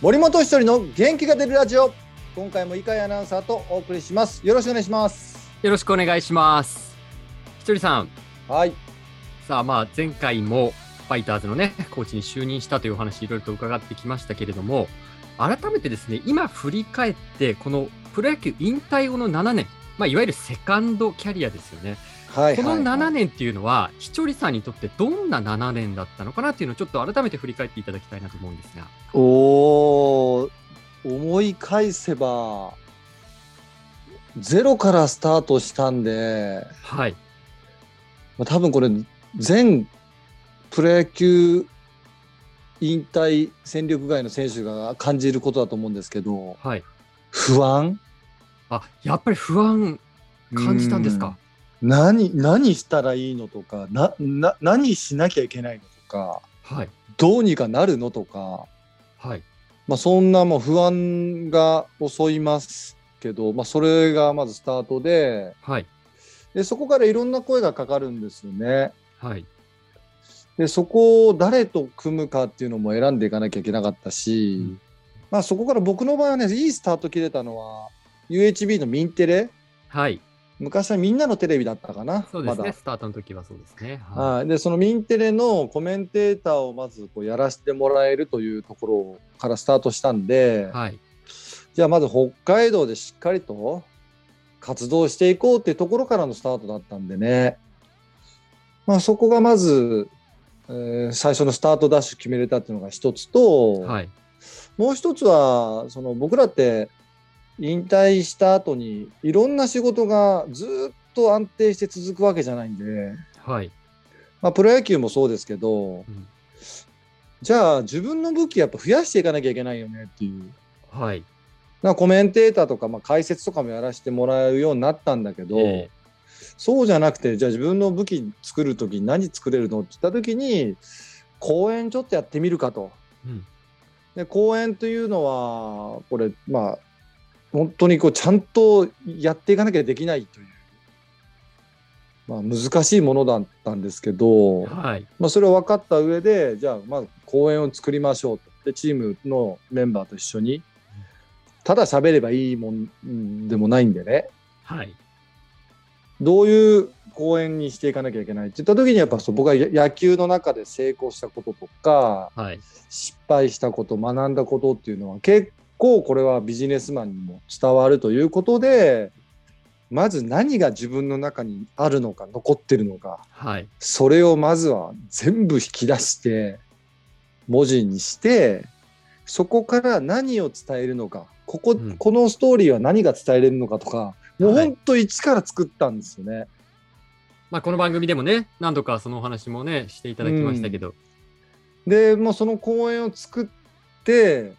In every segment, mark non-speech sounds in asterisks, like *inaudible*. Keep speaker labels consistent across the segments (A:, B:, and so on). A: 森本一人の元気が出るラジオ今回も井上アナウンサーとお送りしますよろしくお願いします
B: よろしくお願いします。ひとりさん、
A: はい
B: さあまあ前回もファイターズのね、コーチに就任したというお話いろいろと伺ってきましたけれども、改めてですね、今振り返って、このプロ野球引退後の7年、まあ、いわゆるセカンドキャリアですよね。
A: はい
B: この
A: はい
B: 7年っていうのは、ひとりさんにとってどんな7年だったのかなっていうのをちょっと改めて振り返っていただきたいなと思うんですが。
A: おー思い返せばゼロからスタートしたんで
B: はい。
A: まあ多分これ全プロ野球引退戦力外の選手が感じることだと思うんですけど
B: はい。
A: 不安
B: あ、やっぱり不安感じたんですか。
A: 何何したらいいのとかなな何しなきゃいけないのとか
B: はい。
A: どうにかなるのとか、
B: はい。
A: まあ、そんなもう不安が襲いますけど、まあ、それがまずスタートで
B: はい。
A: でそこからいろんな声がかかるんですよね。
B: はい。
A: でそこを誰と組むかっていうのも選んでいかなきゃいけなかったし、
B: うん
A: まあ、そこから僕の場合はねいいスタート切れたのは UHB のミンテレ
B: はい。
A: 昔はみんなのテレビだったかな
B: そうです
A: ま
B: ね。
A: だ
B: スタートの時はそうですね。は
A: はい、でそのミンテレのコメンテーターをまずこうやらせてもらえるというところからスタートしたんで、
B: い。はい。
A: じゃあまず北海道でしっかりと活動していこうっていうところからのスタートだったんでね、まあ、そこがまず、えー最初のスタートダッシュ決めれたっていうのが一つと、
B: はい。
A: もう一つはその僕らって引退した後にいろんな仕事がずっと安定して続くわけじゃないんで。
B: はい。
A: まあ、プロ野球もそうですけど、
B: うん
A: じゃあ自分の武器やっぱ増やしていかなきゃいけないよねっていう。
B: はい。
A: なんかコメンテーターとか、まあ、解説とかもやらせてもらうようになったんだけど、そうじゃなくてじゃあ自分の武器作る時に何作れるのって言った時に公演ちょっとやってみるかと。
B: うん
A: で公演というのはこれまあ本当にこうちゃんとやっていかなきゃできないという、まあ、難しいものだったんですけど、
B: はい。
A: まあ、それを分かった上でじゃあまず公演を作りましょうとでチームのメンバーと一緒にただ喋ればいいもんうんでもないんでね
B: はい。
A: どういう公演にしていかなきゃいけないって言った時にやっぱそう僕はや野球の中で成功したこととか
B: はい。
A: 失敗したこと学んだことっていうのは結構これはビジネスマンにも伝わるということでまず何が自分の中にあるのか残ってるのか
B: はい。
A: それをまずは全部引き出して文字にしてそこから何を伝えるのかここ,、
B: うん
A: このストーリーは何が伝えれるのかとかもう
B: は
A: ほ
B: い
A: んと一から作ったんですよね。
B: まあ、この番組でもね、何度かそのお話もね、していただきましたけど。
A: でもうその公演を作って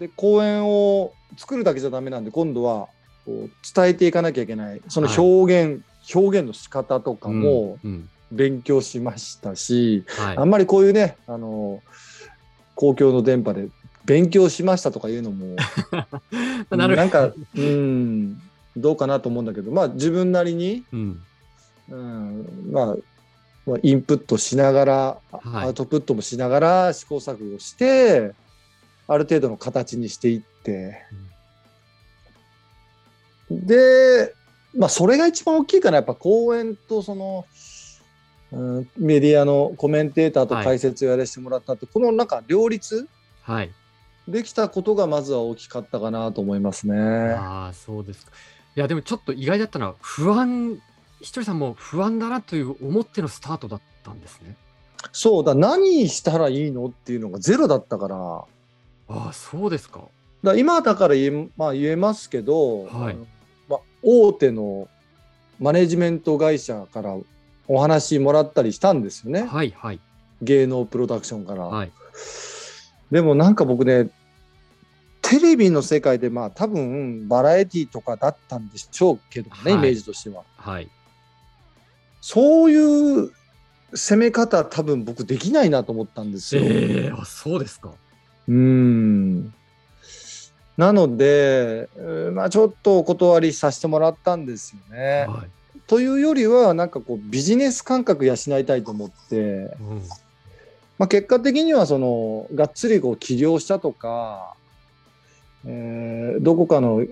A: で公演を作るだけじゃダメなんで今度はこう伝えていかなきゃいけないその表現、表現の仕方とかも
B: うん、うん
A: 勉強しましたし、
B: はい
A: あ。んまりこういうね、あの公共の電波で勉強しましたとかいうのも、
B: まあ *laughs* なる
A: んか、うん、どうかなと思うんだけど、まあ自分なりに、
B: うん。
A: うんまあ、まあインプットしながら、
B: はい
A: アウトプットもしながら試行錯誤して、ある程度の形にしていって、で、まあそれが一番大きいかな、やっぱ公演とその、うんメディアのコメンテーターと解説をやらせてもらったって、このなんか両立、
B: はい。
A: できたことがまずは大きかったかなと思いますね。
B: ああ、そうですか。いや、でもちょっと意外だったのは、不安、ひとりさんも不安だなという思ってのスタートだったんですね。
A: そうだ何したらいいのっていうのがゼロだったからだか
B: ああ、そうですか。
A: ら今だから言え,、まあ、言えますけど、
B: はい
A: あのまあ、大手のマネジメント会社からお話もらったりしたんですよね、
B: はい、はい。
A: 芸能プロダクションから、
B: はい。
A: でもなんか僕ねテレビの世界でまあ多分バラエティとかだったんでしょうけどね、
B: はい
A: イメージとしては
B: はい。
A: そういう攻め方多分僕できないなと思ったんですよ。
B: ええあ、そうですか。
A: うんなので、えーまあ、ちょっとお断りさせてもらったんですよね。
B: はい。
A: というよりはなんかこうビジネス感覚養いたいと思って、
B: うん。
A: まあ、結果的にはそのがっつりこう起業したとかえーどこかの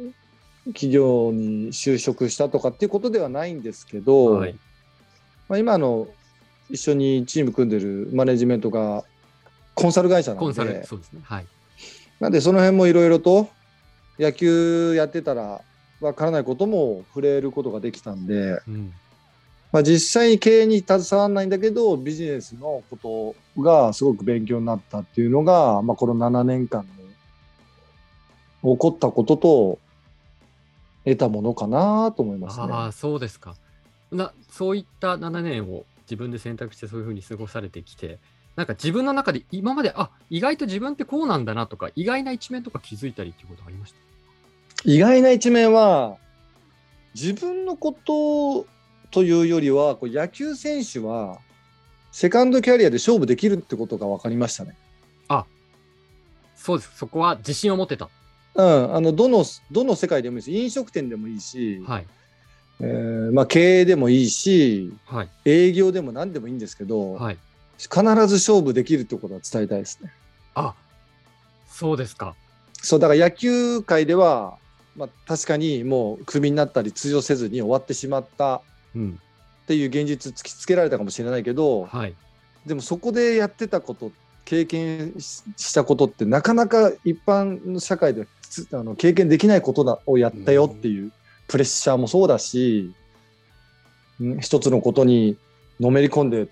A: 企業に就職したとかっていうことではないんですけど、
B: はい、
A: まあ、今の一緒にチーム組んでるマネジメントがコンサル会社な
B: コ
A: の
B: ンサル
A: で、
B: そうですねはい
A: なんでその辺もいろいろと野球やってたらわからないことも触れることができたんで、
B: うん
A: まあ、実際に経営に携わらないんだけどビジネスのことがすごく勉強になったっていうのが、まあ、この7年間の起こったことと得たものかなと思いますね。
B: ああそうですかなそういった7年を自分で選択してそういうふうに過ごされてきてなんか自分の中で今まであ意外と自分ってこうなんだなとか意外な一面とか気づいたりっていうことありました
A: 意外な一面は自分のことというよりはこう野球選手はセカンドキャリアで勝負できるってことが分かりましたね。
B: そうですそこは自信を持ってた
A: うん、あのどのどの世界でもいいし飲食店でもいいし、
B: はい
A: えーまあ、経営でもいいし
B: はい
A: 営業でも何でもいいんですけど、
B: はい
A: 必ず勝負できるってことは伝えたいですね。
B: あそうですか
A: そうだから野球界では、まあ、確かにもうクビになったり通用せずに終わってしまったっ
B: うん
A: ていう現実突きつけられたかもしれないけど、
B: はい
A: でもそこでやってたこと経験ししたことってなかなか一般の社会ではつあの経験できないことだをやったよっていうプレッシャーもそうだし、うん一つのことにのめり込んで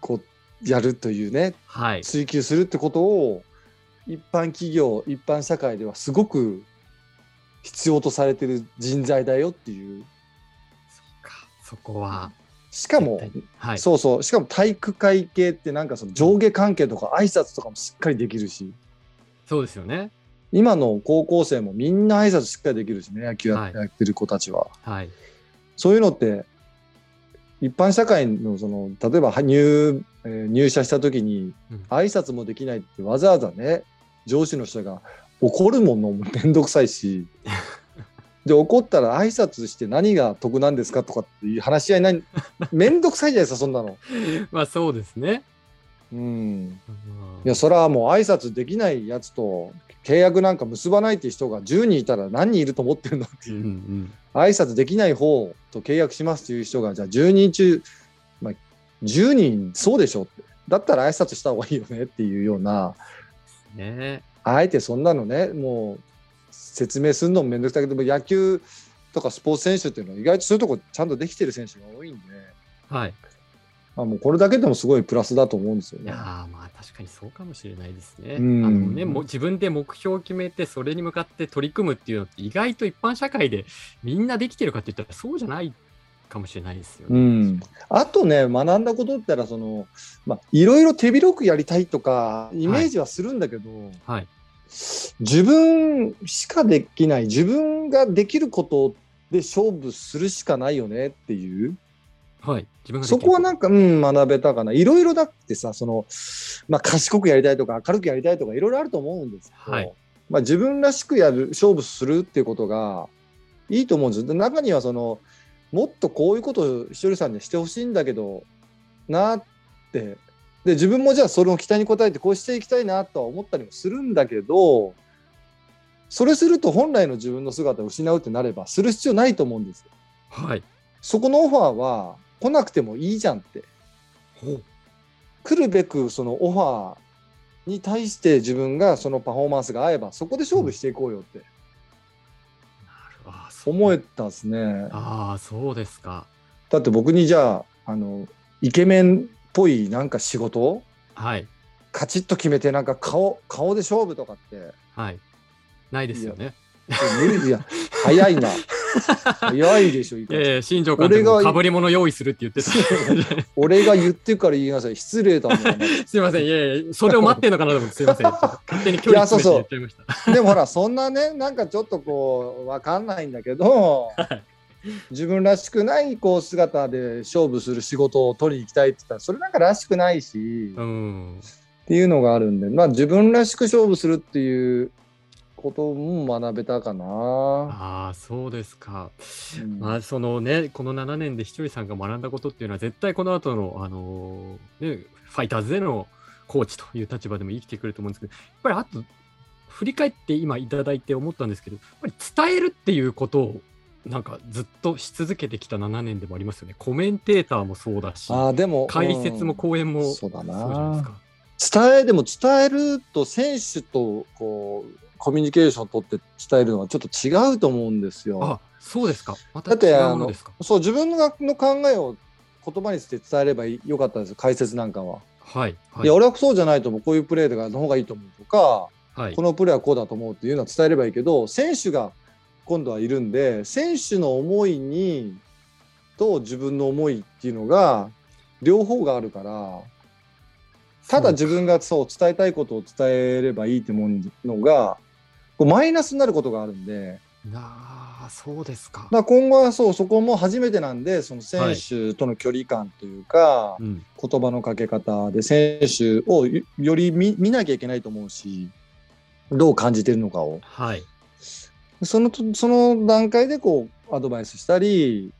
A: こうやるというね
B: はい
A: 追求するってことを一般企業一般社会ではすごく必要とされてる人材だよっていう
B: そっかそこは
A: しかも
B: 絶対にはい
A: そうそうしかも体育会系ってなんかその上下関係とか挨拶とかもしっかりできるし
B: そうですよね
A: 今の高校生もみんな挨拶しっかりできるしね野球や,、
B: はい
A: ってる子たちは
B: はい
A: そういうのって一般社会のその例えばは入,、えー入社した時に
B: うん
A: 挨拶もできないってわざわざね上司の人が怒るものもめんどくさい
B: *laughs*
A: しで怒ったら挨拶して何が得なんですかとかっていう話し合いないめんどくさいじゃないですかそんなの。
B: まあそうですね
A: うん
B: うん
A: いやそれはもう挨拶できないやつと契約なんか結ばないっていう人が10人いたら何人いると思ってるのって
B: う
A: い
B: ん
A: う、
B: うん
A: 挨拶できない方と契約しますっていう人がじゃあ10人中、まあ、10人そうでしょってだったら挨拶した方がいいよねっていうような
B: ね
A: あえてそんなのねもう説明するのもめんどくさいけどでも野球とかスポーツ選手っていうのは意外とそういうとこちゃんとできてる選手が多いんで、
B: はい
A: まあ、もうこれだけでもすごいプラスだと思うんですよ
B: い
A: ね
B: や。ーまあ確かにそうかもしれないですね。あ
A: うん
B: のねもう自分で目標を決めてそれに向かって取り組むっていうのって意外と一般社会でみんなできてるかって言ったらそうじゃないかもしれないですよ
A: う
B: ね。
A: ん、あとね学んだことって言ったらその、まあ、いろいろ手広くやりたいとかイメージはするんだけど、
B: はい
A: 自分しかできない自分ができることで勝負するしかないよねっていう
B: はい自分が
A: そこはなんんか、うん、学べたかないろいろだってさその、まあ、賢くやりたいとか明るくやりたいとかいろいろあると思うんですけど、
B: はい
A: まあ、自分らしくやる勝負するっていうことがいいと思うんですよで中にはそのもっとこういうことをひとりさんにしてほしいんだけどなってで自分もじゃあその期待に応えてこうしていきたいなとは思ったりもするんだけどそれすると本来の自分の姿を失うってなればする必要ないと思うんですよ。
B: はい
A: そこのオファーは来なくてもいいじゃんって
B: ほう
A: 来るべくそのオファーに対して自分がそのパフォーマンスが合えばそこで勝負していこうよって
B: あーそう
A: 思えたですね。
B: ああそうですか
A: だって僕にじゃああのイケメンっぽいなんか仕事を
B: はい
A: カチッと決めてなんか顔顔で勝負とかって
B: はいないですよね。
A: 無理じ
B: *laughs*
A: ゃん早いな早いでしょいいか
B: いやいや新庄監督
A: 俺
B: も
A: が
B: かぶり物用意するって言ってた。 *laughs*
A: 俺が言ってから言いなさい失礼だもん
B: すいませんいやいやそれを待ってんのかなと思ってすいません勝手に距離詰めて言っちゃいました。 *laughs*
A: でもほらそんなねなんかちょっとこうわかんないんだけど自分らしくないこう姿で勝負する仕事を取りに行きたいって言ったらそれなんからしくないし、
B: う
A: っ
B: ん
A: ていうのがあるんでまあ自分らしく勝負するっていうことも学べたかな。
B: ああそうですか。
A: うん
B: まあそのね、この7年でひとりさんが学んだことっていうのは、絶対この後の、あのーね、ファイターズでのコーチという立場でも生きてくると思うんですけど、やっぱりあと、振り返って今いただいて思ったんですけど、やっぱり伝えるっていうことを、なんかずっとし続けてきた7年でもありますよね。コメンテーターもそうだし、
A: あーでも
B: 解説も講演も、
A: うんそうだな
B: じゃないですか。
A: 伝えでも伝えると選手とこうコミュニケーション取って伝えるのはちょっと違うと思うんですよ。
B: あ、そうですか。また
A: だって
B: 違うものですか。
A: そう自分のの考えを言葉にして伝えればよかったんですよ解説なんかは。
B: はい。はい
A: い、や俺はそうじゃないと思うこういうプレーの方がいいと思うとか、
B: はい
A: こ。のプレーはこうだと思うっていうのは伝えればいいけど選手が今度はいるんで選手の思いにと自分の思いっていうのが両方があるからただ自分がそう伝えたいことを伝えればいいってもんのがこうマイナスになることがあるんで
B: なあ、そうですか
A: だ。から今後はそうそこも初めてなんでその選手との距離感というか、
B: うん。
A: 言葉のかけ方で選手をよより見見なきゃいけないと思うしどう感じてるのかを
B: はい。
A: そのとその段階でこうアドバイスしたり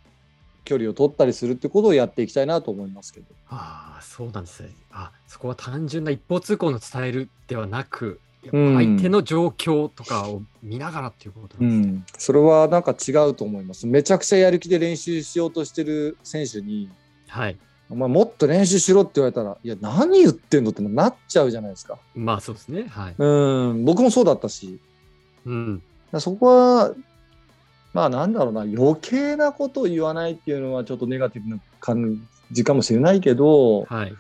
A: 距離を取ったりするってことをやっていきたいなと思いますけど
B: ああ、そうなんですね。あ、そこは単純な一方通行の伝えるではなく、やっぱ
A: うん
B: 相手の状況とかを見ながらっていうことなんですね。
A: それはなんか違うと思いますめちゃくちゃやる気で練習しようとしてる選手に
B: はい。
A: お前もっと練習しろって言われたらいや何言ってんのってなっちゃうじゃないですか
B: まあそうですね。はい。
A: うん僕もそうだったし
B: うん。
A: だからそこは、まあなんだろうな、余計なことを言わないっていうのはちょっとネガティブな感じかもしれないけど、
B: はい。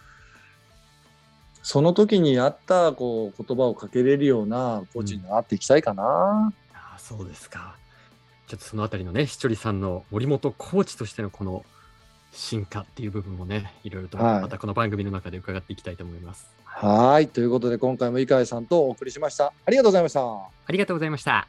A: その時にあったこう言葉をかけれるようなコーチになっていきたいかな。
B: ああ、そうですか。ちょっとそのあたりのね、ひとりさんの森本コーチとしてのこの進化っていう部分もね、いろいろと
A: はい
B: またこの番組の中で伺っていきたいと思います。
A: はい。ということで今回も井川さんとお送りしました。ありがとうございました。
B: ありがとうございました。